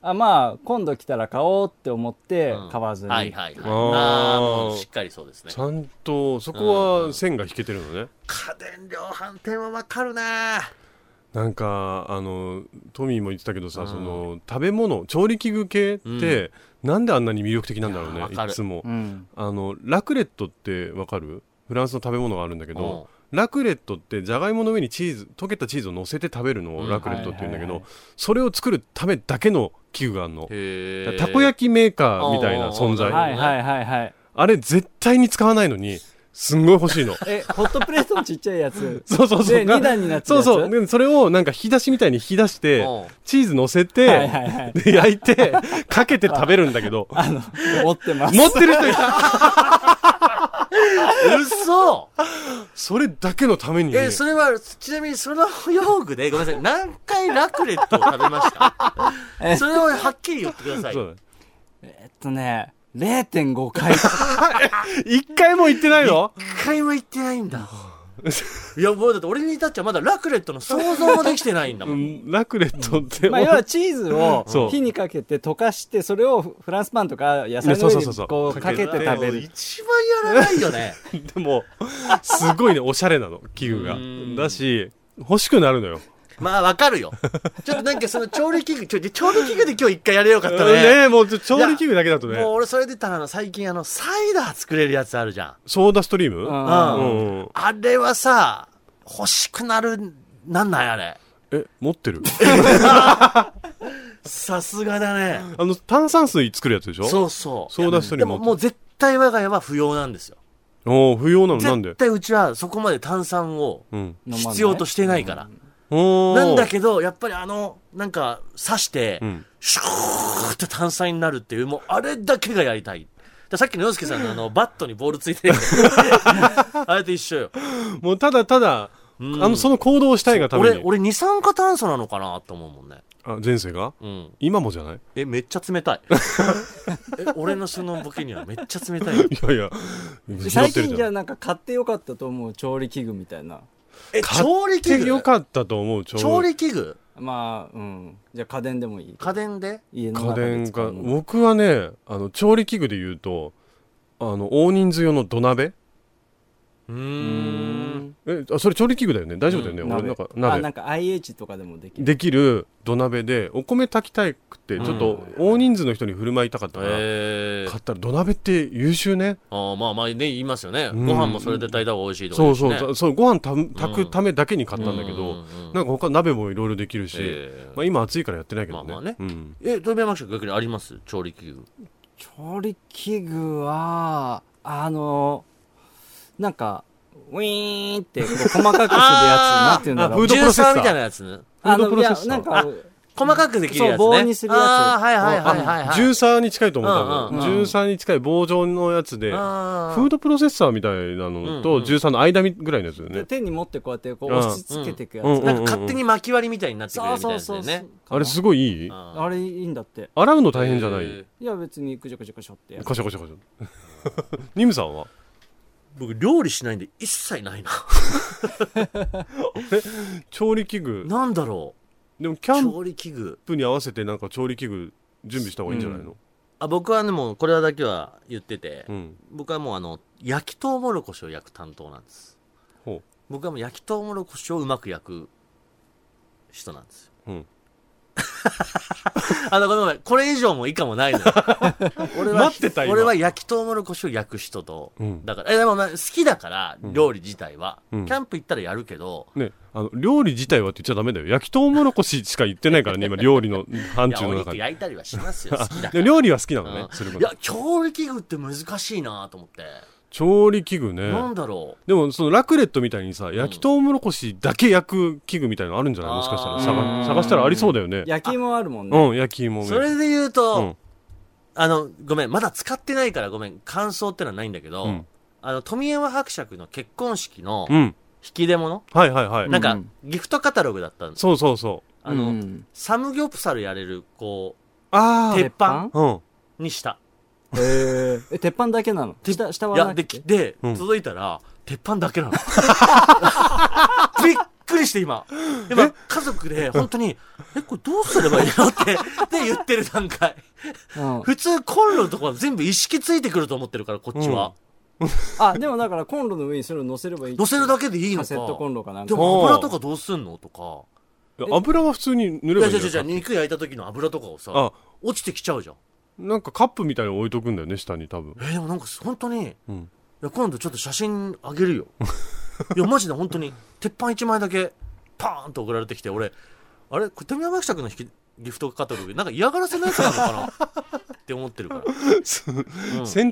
Speaker 4: あまあ今度来たら買おうって思って
Speaker 2: うん
Speaker 4: 買わずに、
Speaker 2: はいはいはい
Speaker 3: あー
Speaker 2: ああもうしっかりそうですね
Speaker 3: ちゃんと、そこは線が引けてるのね。
Speaker 2: 家電量販店はわかるな
Speaker 3: なんか、あの、トミーも言ってたけどさ、
Speaker 2: うん
Speaker 3: その、食べ物、調理器具系って、なんであんなに魅力的なんだろう
Speaker 2: い
Speaker 3: ね
Speaker 2: や、わか
Speaker 3: い
Speaker 2: る
Speaker 3: つも
Speaker 4: う。ん
Speaker 3: あの、ラクレットってわかるフランスの食べ物があるんだけど、
Speaker 2: うん
Speaker 3: ラクレットってじゃがいもの上にチーズ溶けたチーズを乗せて食べるの
Speaker 2: う
Speaker 3: を
Speaker 2: ん
Speaker 3: ラクレットって言うんだけど、
Speaker 4: はいはい
Speaker 3: それを作るためだけの器具があるの、
Speaker 2: へえ
Speaker 3: たこ焼きメーカーみたいな存
Speaker 2: う
Speaker 3: 在
Speaker 2: ん
Speaker 3: あ,、
Speaker 4: はいはいはいはい
Speaker 3: れ絶対に使わないのにすんごい欲しいの
Speaker 4: えホットプレートのちっちゃい
Speaker 2: *laughs*
Speaker 4: やつ
Speaker 3: そうそうそう
Speaker 4: で二段になって
Speaker 3: そ
Speaker 4: る
Speaker 3: う
Speaker 4: やつ
Speaker 3: そうでそれをなんか引き出しみたいに引き出して
Speaker 2: うん
Speaker 3: チーズ乗せて、
Speaker 4: はいはいはい
Speaker 3: で焼いてかけて食べるんだけど
Speaker 4: あの持ってます
Speaker 3: 持ってる人いた
Speaker 2: 嘘
Speaker 3: それだけのために
Speaker 2: え、それは、ちなみにその用具で、ごめんなさい、何回ラクレットを食べました
Speaker 4: え
Speaker 2: それをはっきり言ってください。
Speaker 3: そう
Speaker 4: えっとね0.5回
Speaker 3: 一回も行ってないの
Speaker 2: 一回も言ってないんだ。いや、もうだって俺に至っちゃまだラクレットの想像もできてないんだも。
Speaker 3: うんんラクレットって、
Speaker 4: *laughs* まあ、要はチーズ
Speaker 3: そう
Speaker 4: を火にかけて溶かしてそれをフランスパンとか野菜の
Speaker 3: そう
Speaker 4: 上
Speaker 3: そう
Speaker 4: に
Speaker 3: そうそう
Speaker 4: こうかけて食べる
Speaker 2: 一番やらないよね。
Speaker 3: でも、すごいね、おしゃれなの、器具が
Speaker 2: う。ん
Speaker 3: だし、欲しくなるのよ。
Speaker 2: まあ、わかるよ。ちょっとなんかその調理器具、ちょ調理器具で今日一回やれよかったね。
Speaker 3: ねえ、もうちょ調理器具だけだとね
Speaker 2: もう。俺それで言ったらあの最近あのサイダー作れるやつあるじゃん。
Speaker 3: ソーダストリーム
Speaker 4: うん
Speaker 3: う
Speaker 2: うん
Speaker 3: んうん。
Speaker 2: あれはさ、欲しくなる、なんないあれ。
Speaker 3: え、持ってる *laughs*
Speaker 2: さすがだね。
Speaker 3: あの、炭酸水作るやつでしょ
Speaker 2: そうそう。
Speaker 3: ソーダストリ
Speaker 2: で
Speaker 3: ーム
Speaker 2: も
Speaker 3: 持
Speaker 2: も
Speaker 3: っ
Speaker 2: う絶対我が家は不要なんですよ。
Speaker 3: てる。おー不要なのなんで
Speaker 2: 絶対うちはそこまで炭酸を
Speaker 3: うん。
Speaker 2: 必要としてないから。
Speaker 3: おー
Speaker 2: なんだけど、やっぱりあの、なんか刺して
Speaker 3: うん、
Speaker 2: シューって炭酸になるっていう、もうあれだけがやりたい。だからさっきの洋介さんのあ
Speaker 3: *laughs*
Speaker 2: の、バットにボールついてる。あれと一緒よ。
Speaker 3: もうただただ、
Speaker 2: うん
Speaker 3: あの、その行動をしたいがため
Speaker 2: 俺、
Speaker 3: に。
Speaker 2: 俺二酸化炭素なのかなと思うもんね。
Speaker 3: あ、前世が
Speaker 2: うん。
Speaker 3: 今もじゃない *laughs*
Speaker 2: え、めっちゃ冷たい。え、俺のそのボケにはめっちゃ冷たい。
Speaker 3: *laughs* いやいや、
Speaker 4: で
Speaker 3: 拾
Speaker 4: 最
Speaker 3: って
Speaker 4: 近
Speaker 3: る
Speaker 4: じ
Speaker 3: じ
Speaker 4: ゃ
Speaker 3: ゃ
Speaker 4: あ
Speaker 3: ん。
Speaker 4: なんか買ってよかったと思う調理器具みたいな
Speaker 2: え、
Speaker 3: 買
Speaker 2: 調理器
Speaker 3: って
Speaker 2: 具
Speaker 3: よかったと思う、
Speaker 2: 調理器具
Speaker 4: まあうんじゃあ家電でもいい
Speaker 2: 家電で
Speaker 4: 家の
Speaker 3: 家
Speaker 4: 中で
Speaker 3: 電
Speaker 4: 使
Speaker 3: か
Speaker 4: うもの
Speaker 3: 僕はねあの調理器具で言うとあの大人数用の土鍋
Speaker 2: う
Speaker 4: う
Speaker 2: ーん
Speaker 4: ん
Speaker 3: えあそれ調理器具だよね大丈夫だよね、
Speaker 2: う
Speaker 3: 俺
Speaker 4: 鍋
Speaker 3: なんか
Speaker 4: あ
Speaker 3: 鍋
Speaker 4: なんか IH とかでもできる
Speaker 3: できる土鍋でお米炊きたくて、
Speaker 2: うん
Speaker 3: ちょっと大人数の人に振る舞いたかったから、
Speaker 2: え
Speaker 3: 買ったら土鍋って優秀ね
Speaker 2: ああまあまあね言いますよね、
Speaker 3: うん
Speaker 2: ご飯もそれで炊いた方が美味しいとか
Speaker 3: そ
Speaker 2: 言
Speaker 3: うそ
Speaker 2: し
Speaker 3: う
Speaker 2: ね
Speaker 3: そうご飯た炊くためだけに買ったんだけ
Speaker 2: う
Speaker 3: ど、
Speaker 2: んうんうん
Speaker 3: なんか他鍋もいろいろできるし、
Speaker 2: ええ
Speaker 3: まあ、今暑いからやってないけどね,、
Speaker 2: まあまあね
Speaker 3: うん、
Speaker 2: え富山市逆にあります調理器具
Speaker 4: 調理器具はあのなんかウィーンってこう細かくするやつなんていうんだ
Speaker 3: あフ
Speaker 4: ろ
Speaker 3: ー
Speaker 4: う
Speaker 3: ドプロセッサー
Speaker 2: ジューみたいなやつ
Speaker 3: フ
Speaker 4: あ
Speaker 3: ード
Speaker 4: の
Speaker 3: プロ
Speaker 4: い
Speaker 3: セッ
Speaker 4: や
Speaker 3: サー
Speaker 4: なんか
Speaker 2: 細かくできるやつね
Speaker 4: そう棒にするやつ
Speaker 2: ああはいはいはいはいはい
Speaker 3: ジューサーに近いと思う多
Speaker 2: うん
Speaker 3: 分、
Speaker 4: うんうん
Speaker 3: ジューサーに近い棒状のやつで
Speaker 2: あ
Speaker 3: フードプロセッサーみたいなの
Speaker 2: うんう
Speaker 3: と
Speaker 2: ん
Speaker 3: 13の間みぐらいのやつだよね、
Speaker 4: 手に持ってこうやってこう押しつけていくやつ、
Speaker 3: うんうん
Speaker 2: なんか勝手に巻き割りみたいになってくれるみたいなやつだよね
Speaker 3: あれすごいいい
Speaker 2: あ
Speaker 4: あれいいんだって
Speaker 3: 洗うの大変じゃない、
Speaker 2: え
Speaker 4: いや別にぐちょぐちょぐちょってやる
Speaker 3: カシャカシャカシャ *laughs* ニムさんは
Speaker 2: 僕料理しないんで一切ないな
Speaker 3: 調理器具
Speaker 2: なんだろ
Speaker 3: でもキ
Speaker 2: う
Speaker 3: ャン
Speaker 2: 調理器具
Speaker 3: プに合わせてなんか調理器具準備した方がいいんじゃないの、
Speaker 2: あ僕はねもうこれだけは言ってて、
Speaker 3: うん
Speaker 2: 僕はもうあの焼きとうもろこしを焼く担当なんです
Speaker 3: ほ
Speaker 2: 僕はもう焼きとうもろこしをうまく焼く人なんですよ
Speaker 3: う、うん、
Speaker 2: *laughs* あの、ごめんごめん。これ以上も以下もないの *laughs* よ。俺は、
Speaker 3: 待ってた今
Speaker 2: 俺は焼きとうもろこしを焼く人と、
Speaker 3: うん
Speaker 2: だから、え、でもな好きだから、料理自体は、
Speaker 3: うん
Speaker 2: キャンプ行ったらやるけど、
Speaker 3: ね、あの料理自体はって言っちゃダメだよ焼きとうもろこししか言ってないからね今料理の範
Speaker 2: いや、
Speaker 3: 疇
Speaker 2: お
Speaker 3: の中
Speaker 2: 肉
Speaker 3: に
Speaker 2: 焼いたりはしますよ、好きだか
Speaker 3: で
Speaker 2: ら。
Speaker 3: 料理は好きな
Speaker 2: う
Speaker 3: の
Speaker 2: ん
Speaker 3: ねするこ
Speaker 2: い
Speaker 3: と
Speaker 2: や、調理器具って難しいなと思って。
Speaker 3: 調理器具ね
Speaker 2: なんだろ
Speaker 3: でもそのラクレットみたいにさ焼きとうもろこしだけ焼く器具みたいなのあるんじゃないもしかしたら
Speaker 4: あ
Speaker 3: 探
Speaker 4: ー
Speaker 3: 探したらありそうだよね
Speaker 4: 焼き芋あるもんね。
Speaker 3: うん焼き芋
Speaker 2: う。
Speaker 3: ね
Speaker 2: それで言うと、
Speaker 3: うん
Speaker 2: あの、ごめん、まだ使ってないからごめん、感想ってのはないんだけど、
Speaker 3: うん
Speaker 2: あの、富山伯爵の結婚式の
Speaker 3: う
Speaker 2: 引
Speaker 3: ん
Speaker 2: き出物、
Speaker 3: はいはいはい、
Speaker 2: なん
Speaker 4: う
Speaker 2: か
Speaker 4: ん、
Speaker 2: ギフトカタログだったんです
Speaker 3: そうそうそう
Speaker 2: あの、
Speaker 4: うん
Speaker 2: サムギョプサルやれる、こ
Speaker 3: あ
Speaker 2: 鉄板
Speaker 3: あうん
Speaker 2: う、にした。
Speaker 4: えー、え、鉄板だけなの下、下はいな
Speaker 2: や、
Speaker 4: く
Speaker 2: で、き
Speaker 4: て
Speaker 2: で、
Speaker 3: うん
Speaker 2: 届いたら、鉄板だけなの。 *laughs* びっくりして今。今、家族で、本当に、え、これどうすればいいのって、って言ってる段階。
Speaker 4: *laughs* うん
Speaker 2: 普通コンロとか全部意識ついてくると思ってるから、こっちは。
Speaker 4: あ、でもだからコンロの上にそれを乗せればいい。
Speaker 2: 乗せるだけでいいの
Speaker 4: カ
Speaker 2: か。
Speaker 4: セットコンロかなん
Speaker 2: で
Speaker 4: か。
Speaker 2: も油とかどうすんのとか。
Speaker 3: いや油は普通に塗
Speaker 2: い
Speaker 3: れば
Speaker 2: や、じゃじゃ
Speaker 3: いいんじ
Speaker 2: じゃ
Speaker 3: ゃない
Speaker 2: 肉焼いた時の油とかをさ
Speaker 3: あ、
Speaker 2: 落ちてきちゃうじゃん。
Speaker 3: なんかカップみたいに置いとくんだよね下に多分
Speaker 2: えーでもなんか本当に、
Speaker 3: うん
Speaker 2: いや今度ちょっと写真あげる
Speaker 3: *laughs*
Speaker 2: よいやマジで本当に鉄板1枚だけパーンと送られてきて俺あれこれ富山伯爵の引きギフトカタログなんか嫌がらせのやつなのか
Speaker 3: *laughs*
Speaker 2: なって思ってるから、うん
Speaker 3: 洗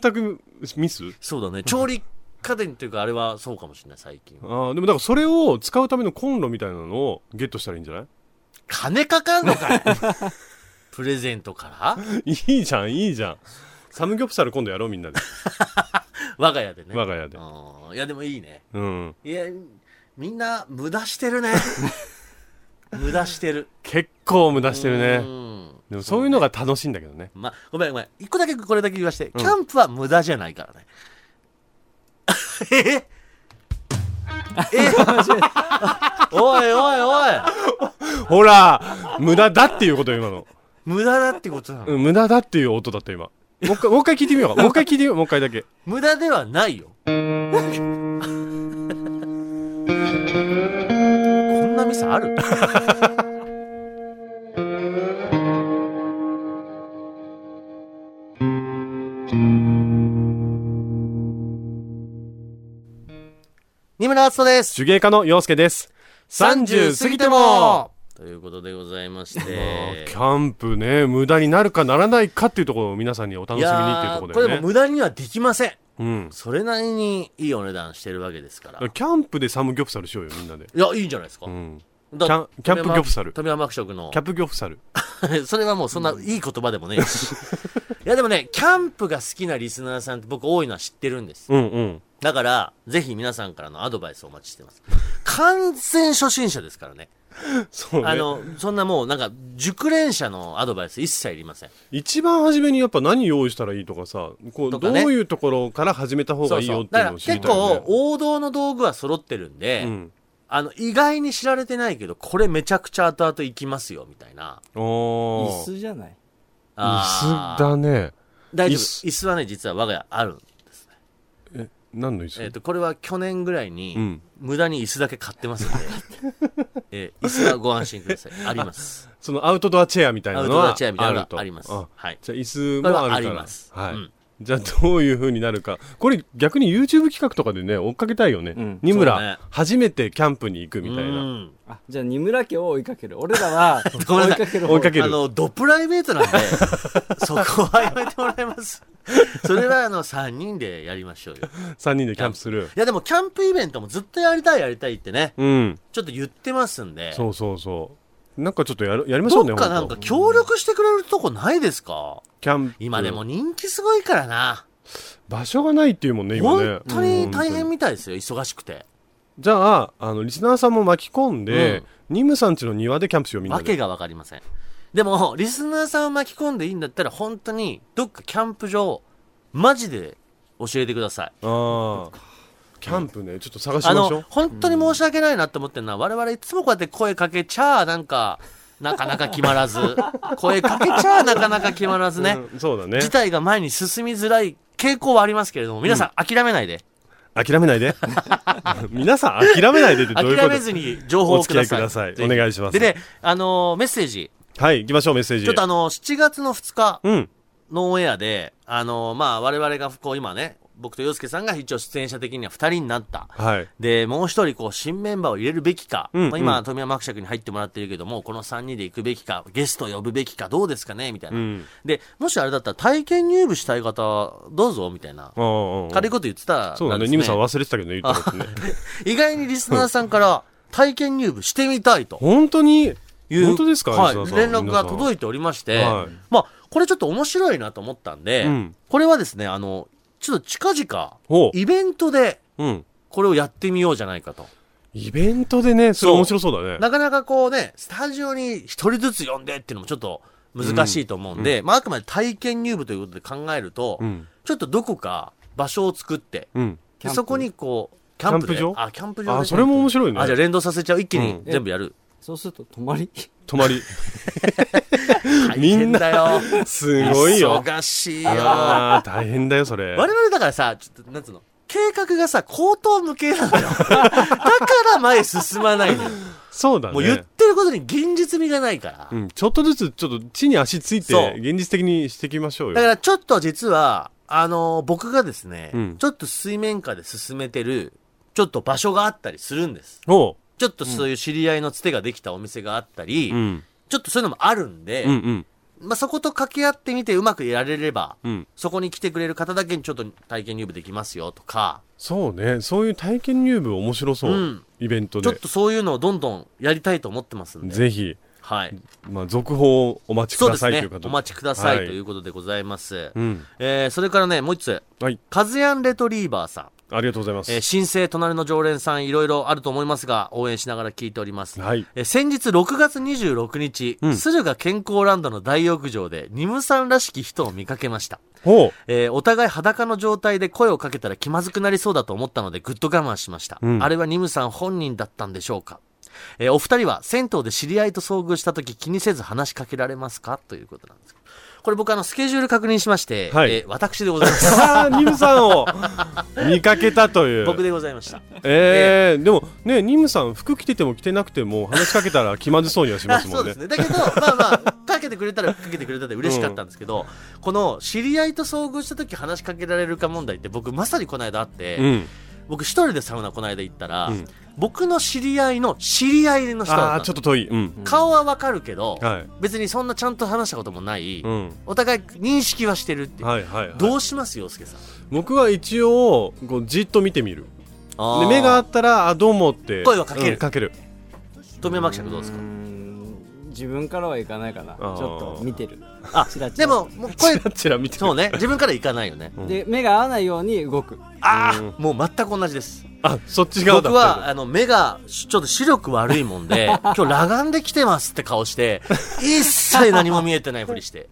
Speaker 3: 濯ミス
Speaker 2: そうだね調理家電っていうかあれはそうかもしれない最近
Speaker 3: ああでもだからそれを使うためのコンロみたいなのをゲットしたらいいんじゃない *laughs*
Speaker 2: 金かかんのかいプレゼントから
Speaker 3: いいじゃんいいじゃんサムギョプサル今度やろうみんなで
Speaker 2: 我が家でね
Speaker 3: 我が家で
Speaker 2: うんいやでもいいね
Speaker 3: うん
Speaker 2: いやみんな無駄してる *laughs* ね無駄してる
Speaker 3: 結構無駄してる
Speaker 2: う
Speaker 3: ね
Speaker 2: ん
Speaker 3: でもそういうのが楽しいんだけどね
Speaker 2: まあ、ごめんごめん。一個だけこれだけ言わして、キャンプは無駄じゃないからね。 *laughs* ええおいおいおい
Speaker 3: ほら無駄だっていうことよ今の、
Speaker 2: 無駄だってことなの、
Speaker 3: うん、無駄だっていう音だった今もう一回もう一回聞いてみようかもう一回聞いてみようもう一回だけ
Speaker 2: 無駄ではないよ。こんな店ある二村篤人です。
Speaker 3: 手芸家の陽介です30過ぎても
Speaker 2: ということでございまし
Speaker 3: まあ
Speaker 2: て
Speaker 3: キ。ャンプね無駄になるかならないかっていうところを皆さんにお楽しみにっていうところ
Speaker 2: これで
Speaker 3: だよ
Speaker 2: も
Speaker 3: ね
Speaker 2: 無駄にはできません。
Speaker 3: うんだ
Speaker 2: それなりにいいお値段してるわけですから。
Speaker 3: から
Speaker 2: い
Speaker 3: キャンプでサムギョプサルしようよみんなで
Speaker 2: や、いいんじゃないですか。
Speaker 3: うん
Speaker 2: だ
Speaker 3: キャンキャンプギョプサル
Speaker 2: 富山伯爵の
Speaker 3: キ。ャップギョプサル
Speaker 2: *laughs* それはもうそんないい言葉でもねえし。いやでもね、キャンプが好きなリスナーさんって僕多いのは知ってるんです。
Speaker 3: うんうん
Speaker 2: だから、ぜひ皆さんからのアドバイスをお待ちしてます。完全初心者ですからね。
Speaker 3: そうね
Speaker 2: あの、そんなもうなんか、熟練者のアドバイス一切いりません。
Speaker 3: 一番初めにやっぱ何用意したらいいとかさこう
Speaker 2: とか
Speaker 3: どう
Speaker 2: ね
Speaker 3: いうところから始めた方がいいよっていう
Speaker 2: だか
Speaker 3: の
Speaker 2: ら
Speaker 3: を知り
Speaker 2: 結
Speaker 3: たいよね
Speaker 2: 構、王道の道具は揃ってるんで、
Speaker 3: うん
Speaker 2: あの、意外に知られてないけど、これめちゃくちゃ後々行きますよ、みたいな。
Speaker 3: お
Speaker 4: 椅
Speaker 3: ー
Speaker 4: 子じゃない
Speaker 2: あ
Speaker 3: 椅子
Speaker 2: ー
Speaker 3: だね
Speaker 2: 大丈夫。
Speaker 3: 椅子
Speaker 2: 椅子はね、実は我が家ある。
Speaker 3: え何の椅子、
Speaker 2: えっ、と、これは去年ぐらいに、
Speaker 3: うん
Speaker 2: 無駄に椅子だけ買ってます
Speaker 3: *laughs*
Speaker 2: んで、えー椅子はご安心ください。あります。
Speaker 3: そのアウトドアチェアみたいな
Speaker 2: ア
Speaker 3: の
Speaker 2: ウトド
Speaker 3: は
Speaker 2: アチェアみたいなのが
Speaker 3: ると
Speaker 2: ありますはい
Speaker 3: じゃあ椅子もあるから
Speaker 2: これはあります
Speaker 3: はい
Speaker 2: うん
Speaker 3: じゃあどういう風になるかこれ逆に YouTube 企画とかでね追っかけたいよね、
Speaker 4: うん
Speaker 3: 二村、
Speaker 2: そうね
Speaker 3: 初めてキャンプに行くみたい
Speaker 2: う
Speaker 3: な
Speaker 2: ん
Speaker 4: あ、じゃあ、二村家を追いかける。俺らは、
Speaker 2: ごめ
Speaker 4: 追
Speaker 2: ん
Speaker 4: い
Speaker 2: なさい
Speaker 4: かける方。
Speaker 3: 追いかける
Speaker 2: あの、ドプライベートなんで、
Speaker 3: *laughs*
Speaker 2: そこはやめてもらいます。それはあの、3人でやりましょうよ。
Speaker 3: 3人でキャンプする
Speaker 2: いやでも、キャンプイベントもずっとやりたいやりたいってね、
Speaker 3: うん
Speaker 2: ちょっと言ってますんで。
Speaker 3: そうそうそうなんかちょっとやるやりましょうね
Speaker 2: どっかなん
Speaker 3: ほ
Speaker 2: か
Speaker 3: と
Speaker 2: 協力してくれるとこないですか
Speaker 3: キャンプ
Speaker 2: 今でも人気すごいからな。
Speaker 3: 場所がないっていうもんね今ね
Speaker 2: 本当に大変みたいですよ、忙しくて。
Speaker 3: じゃああのリスナーさんも巻き込んで、
Speaker 2: うん
Speaker 3: ニムさんちの庭でキャンプしようみんな
Speaker 2: わ
Speaker 3: で
Speaker 2: けがわかりません。でも、リスナーさんを巻き込んでいいんだったら、本当に、どっかキャンプ場、マジで教えてください。
Speaker 3: ああキャンプねちょっと探し
Speaker 2: あ
Speaker 3: ましょ
Speaker 2: の
Speaker 3: う、
Speaker 2: 本当に申し訳ないなって思ってるのは、我々いつもこうやって声かけちゃ、なんか、なかなか決ま
Speaker 3: *laughs*
Speaker 2: らず、声かけちゃ、なかなか決まらずね、
Speaker 3: うんそうだね
Speaker 2: 事態が前に進みづらい傾向はありますけれども、皆さん諦めないで、
Speaker 3: 諦めな
Speaker 2: *laughs*
Speaker 3: いで皆さん諦めないでってどういうこ
Speaker 2: 諦
Speaker 3: と
Speaker 2: めずに情報をください。
Speaker 3: お付き合いください
Speaker 2: ぜひ
Speaker 3: お願いします
Speaker 2: でね、あのーメッセージ、
Speaker 3: はい、行きましょう、メッセージ。
Speaker 2: ちょっとあの、7月の2日
Speaker 3: うん。
Speaker 2: のオンエアで、あの、まあ、我々がこう今ね、僕と洋介さんが一応出演者的には2人になった。
Speaker 3: はい。
Speaker 2: で、もう一人、こう、新メンバーを入れるべきか、
Speaker 3: うん
Speaker 2: まあ、今、富山伯爵に入ってもらってるけども、この3人で行くべきか、ゲスト呼ぶべきか、どうですかねみたいうな、
Speaker 3: ん。
Speaker 2: で、もしあれだったら体験入部したい方、どうぞ、みたいな。
Speaker 3: ああ。
Speaker 2: 軽いこと言ってたらです、
Speaker 3: そうだね。ニムさん忘れてたけどね、言っ
Speaker 2: *laughs*
Speaker 3: てますね。
Speaker 2: 意外にリスナーさんから、体験入部してみたいと。
Speaker 3: 本当に、
Speaker 2: いう
Speaker 3: 本当ですか
Speaker 2: はい、
Speaker 3: 吉田さ
Speaker 2: 連
Speaker 3: ん
Speaker 2: 絡が
Speaker 3: 皆さ
Speaker 2: 届いておりまして、
Speaker 3: はい
Speaker 2: まあ、これちょっと面白いなと思ったんで、
Speaker 3: うん
Speaker 2: これはですね、あの、ちょっと近々、
Speaker 3: ほう
Speaker 2: イベントで
Speaker 3: うん。
Speaker 2: これをやってみようじゃないかと。
Speaker 3: イベントでね、それ
Speaker 2: そう
Speaker 3: 面白そうだね。
Speaker 2: なかなかこうね、スタジオに一人ずつ呼んでっていうのもちょっと難しいと思うんで、まあ、あくまで体験入部ということで考えると、
Speaker 3: うん。
Speaker 2: ちょっとどこか場所を作って、
Speaker 3: うん。
Speaker 2: で
Speaker 4: キャンプ
Speaker 2: そこにこう、キャンプで
Speaker 3: キャンプ場
Speaker 2: あ、キャンプ場
Speaker 3: あ、
Speaker 2: で
Speaker 3: それも面白いね。
Speaker 2: あ、じゃあ連動させちゃう。一気に
Speaker 3: うん
Speaker 2: 全部やる。
Speaker 4: そうすると泊まり
Speaker 3: 泊まり。
Speaker 2: *laughs* 大変だよ。
Speaker 3: *laughs* すごいよ。
Speaker 2: 忙しいよ。我
Speaker 3: ああ、大変だよ、それ。
Speaker 2: 々だからさ、ちょっと、なんつうの、計画がさ、口頭無形なの
Speaker 3: *laughs*
Speaker 2: よ。だから前進まないのよ。
Speaker 3: そうだね。
Speaker 2: もう言ってることに現実味がないから
Speaker 3: う。ん、ちょっとずつ、ちょっと地に足つい
Speaker 2: そう
Speaker 3: て、現実的にしていきましょう
Speaker 2: だか
Speaker 3: よ。
Speaker 2: らちょっと実は、あのー僕がですね、
Speaker 3: うん
Speaker 2: ちょっと水面下で進めてる、ちょっと場所があったりするんです。
Speaker 3: ほ
Speaker 2: ちょっとそういう知り合いのつてができたお店があったり、
Speaker 3: う。うん。
Speaker 2: ちょっとそういうのもあるんで、
Speaker 3: うんうん。
Speaker 2: まあ、そこと掛け合ってみてうまくやれれば、
Speaker 3: うん。
Speaker 2: そこに来てくれる方だけにちょっと体験入部できますよとか、。
Speaker 3: そうね。そういう体験入部面白そううんイベント
Speaker 2: ちょっ
Speaker 3: で。
Speaker 2: とそういうのをどんどんやりたいと思ってますんで、
Speaker 3: ぜひ、
Speaker 2: はい、
Speaker 3: まあ、続報をお待ちく
Speaker 2: そう
Speaker 3: だ
Speaker 2: です
Speaker 3: さいとい
Speaker 2: ね
Speaker 3: う方、
Speaker 2: お待ちくださ
Speaker 3: はい
Speaker 2: ということでございます。
Speaker 3: うん。
Speaker 2: えーそれからね、もう一つ、
Speaker 3: はい。
Speaker 2: カズヤンレトリーバーさん。
Speaker 3: ありがとうございま
Speaker 2: えー
Speaker 3: す。
Speaker 2: 新生隣の常連さんいろいろあると思いますが応援しながら聞いております、
Speaker 3: はい。
Speaker 2: えー先日6月26日、
Speaker 3: うん
Speaker 2: 駿河健康ランドの大浴場でニムさんらしき人を見かけました、
Speaker 3: ほ
Speaker 2: えーお互い裸の状態で声をかけたら気まずくなりそうだと思ったのでぐっと我慢しました、
Speaker 3: うん
Speaker 2: あれはニムさん本人だったんでしょうかえーお二人は銭湯で知り合いと遭遇した時気にせず話しかけられますかということなんですけどこれ僕あのスケジュール確認しまして、
Speaker 3: はい
Speaker 2: えー私でございま
Speaker 3: う。 *laughs*
Speaker 2: す
Speaker 3: さあ、ニムさんを *laughs* 見かけたという。
Speaker 2: 僕でございました
Speaker 3: ええ、でもね、ニムさん、服着てても着てなくても、話しかけたら気まずそうにはし
Speaker 2: あ
Speaker 3: ま
Speaker 2: *laughs*
Speaker 3: す
Speaker 2: そ
Speaker 3: も
Speaker 2: うんで
Speaker 3: ね
Speaker 2: す。ねだけどまあまあかけてくれたらかけてくれたで嬉しかったんですけど、この知り合いと遭遇した時話しかけられるか問題って僕まさにこの間あって、
Speaker 3: うん。
Speaker 2: 僕一人でサウナこの間行ったら、
Speaker 3: うん
Speaker 2: 僕の知り合いの知り合いの人
Speaker 3: あ
Speaker 2: だ
Speaker 3: あ、
Speaker 2: っ
Speaker 3: ち
Speaker 2: た
Speaker 3: ょ
Speaker 2: の
Speaker 3: っと遠い。うん。
Speaker 2: 顔はわかるけど、
Speaker 3: はい。
Speaker 2: 別にそんなちゃんと話したこともない、
Speaker 3: うん。
Speaker 2: お互い認識はしてるっていう、
Speaker 3: はいはいはい。
Speaker 2: どうしますよ介さん
Speaker 3: 僕は一応こうじっと見てみるで
Speaker 2: で
Speaker 3: 目があったら「あどうも」って
Speaker 2: 声はかける
Speaker 3: うんかける
Speaker 2: 富山伯爵どうですか
Speaker 4: うん自分からはいかないかなち
Speaker 3: ー
Speaker 4: ょっと見てる
Speaker 2: あ
Speaker 4: チラチ
Speaker 2: で
Speaker 4: ラ
Speaker 2: ももう
Speaker 3: チ
Speaker 2: 声
Speaker 3: *laughs* ラチラ見て
Speaker 2: そう
Speaker 3: る
Speaker 2: ね自分から行かないよね、
Speaker 3: うん
Speaker 4: で目が合わないように動く
Speaker 2: ああもう全く同じです
Speaker 3: あそっち側だ
Speaker 2: 僕はあの目がしちょっと視力悪いもん
Speaker 3: *laughs*
Speaker 2: で今日裸眼で来てますって顔して一切何も見えてないふりして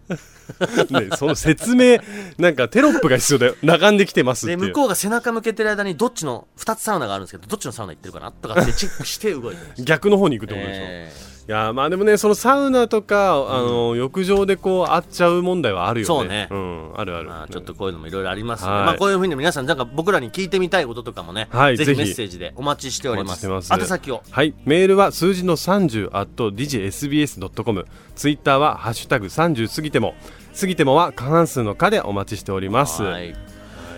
Speaker 3: ねその説明なんかテロップが必要だよ「裸眼で来 *laughs* てます」って
Speaker 2: で
Speaker 3: いう
Speaker 2: 向こうが背中向けてる間にどっちの2つサウナがあるんですけどどっちのサウナ行ってるかなと *laughs* かってチェックして動いてまし、
Speaker 3: 逆の方に行くったてことでしょ、
Speaker 2: え
Speaker 3: いやーまあでもねそのサウナとかあの、浴場でこう会っちゃう問題はあるよね
Speaker 2: そうね
Speaker 3: ん、あるあ
Speaker 2: ー
Speaker 3: る、
Speaker 2: まあ、ちょっとこういうのもいろいろありますので、
Speaker 3: はい
Speaker 2: まあ、こういうふうに皆さんなんか僕らに聞いてみたいこととかもね、
Speaker 3: はい
Speaker 2: ぜひ
Speaker 3: ぜひ
Speaker 2: メッセージでお待ちしております
Speaker 3: お待ちしてます
Speaker 2: 宛先を
Speaker 3: はい、メールは数字の30 at digsbs.com ツイッターは「ハッシュタグ #30 過ぎても」過ぎてもは過半数の「か」でお待ちしております
Speaker 2: は
Speaker 3: はい、
Speaker 2: い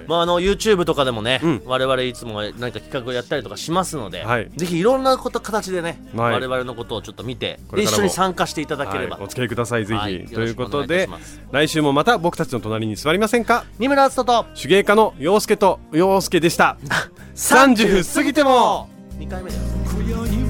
Speaker 2: まあ、あの YouTube とかでもね、
Speaker 3: うん
Speaker 2: 我々いつも何か企画をやったりとかしますので、
Speaker 3: はい
Speaker 2: ぜひいろんなこと形でね、
Speaker 3: はい
Speaker 2: 我々のことをちょっと見て
Speaker 3: こ
Speaker 2: で
Speaker 3: れから
Speaker 2: 一
Speaker 3: も
Speaker 2: 緒に参加していただければ、
Speaker 3: お付き合いくださいぜひ、
Speaker 2: はいよ
Speaker 3: と
Speaker 2: ろ
Speaker 3: い
Speaker 2: し
Speaker 3: う
Speaker 2: くお
Speaker 3: こ
Speaker 2: 願い
Speaker 3: と
Speaker 2: いたし
Speaker 3: で
Speaker 2: ます
Speaker 3: 来週もまた僕たちの隣に座りませんか
Speaker 2: 二村敦人と
Speaker 3: 手芸家の
Speaker 2: *laughs*
Speaker 3: 陽介と陽介でした30過ぎても
Speaker 2: 2回目だよ
Speaker 5: 今宵